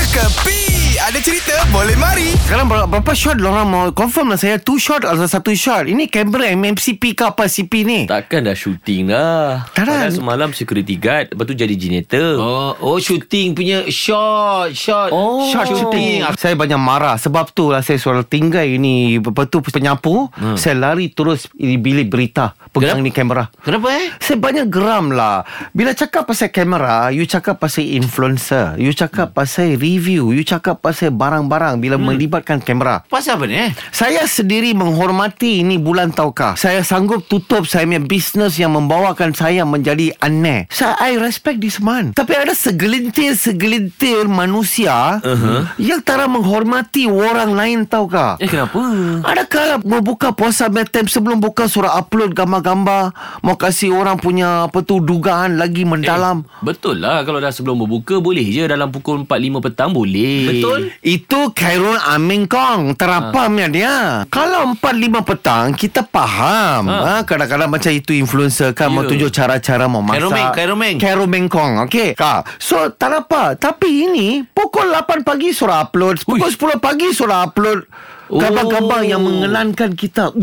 Kepi Ada cerita boleh mari Sekarang ber- berapa shot orang mau confirm lah saya two shot atau satu shot. Ini kamera MMCP ke apa CP ni? Takkan dah shooting lah Tak dah. Padahal semalam security guard Lepas tu jadi janitor Oh, oh shooting punya shot, shot, Oh. shot shooting. Saya banyak marah Sebab tu lah saya suara tinggai ni Lepas tu penyapu hmm. Saya lari terus di bilik berita Pegang Kenapa? ni kamera Kenapa eh? Saya banyak geram lah Bila cakap pasal kamera You cakap pasal influencer You cakap pasal review You cakap pasal barang-barang Bila hmm. melibatkan kamera Pasal apa ni eh? Saya sendiri menghormati ini bulan taukah. Saya sanggup tutup saya punya bisnes yang membawakan saya menjadi aneh. Saya I respect this man. Tapi ada segelintir-segelintir manusia uh-huh. yang tak menghormati orang lain taukah. Eh kenapa? Ada kala mau buka puasa metem sebelum buka suruh upload gambar-gambar mau kasih orang punya apa tu dugaan lagi mendalam. Betul lah Kalau dah sebelum berbuka Boleh je dalam pukul 4.5 petang Boleh Betul. Itu Khairul Amin Kong Terapamnya dia Kalau 4-5 petang Kita faham ha. Kadang-kadang macam itu influencer kan Mau Ya. tunjuk cara-cara Mau masak Khairul Meng, Khairul Meng. Khairul Meng Kong Okay ha. So tak apa Tapi ini Pukul 8 pagi Suruh upload Pukul 10 pagi Suruh upload Gambar-gambar Oh. yang mengelankan kita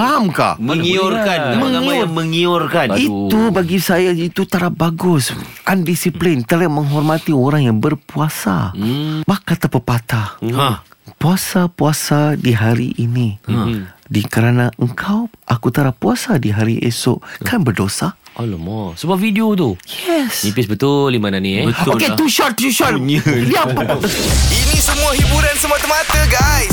Faham kah? Mengiurkan. boleh lah. Nama-nama yang mengiurkan. Aduh. Itu bagi saya itu tak bagus. Undisiplin, tidak menghormati orang yang berpuasa. Hmm. Maka kata pepatah. Hmm. Ha. Puasa-puasa di hari ini. Hmm. Di kerana engkau aku tak puasa di hari esok kan berdosa. Alamak Sebab video tu Yes. Nipis betul Imana ni eh Betul okay, lah. two shot, two shot. Ya, apa- apa- Ini semua hiburan semata-mata guys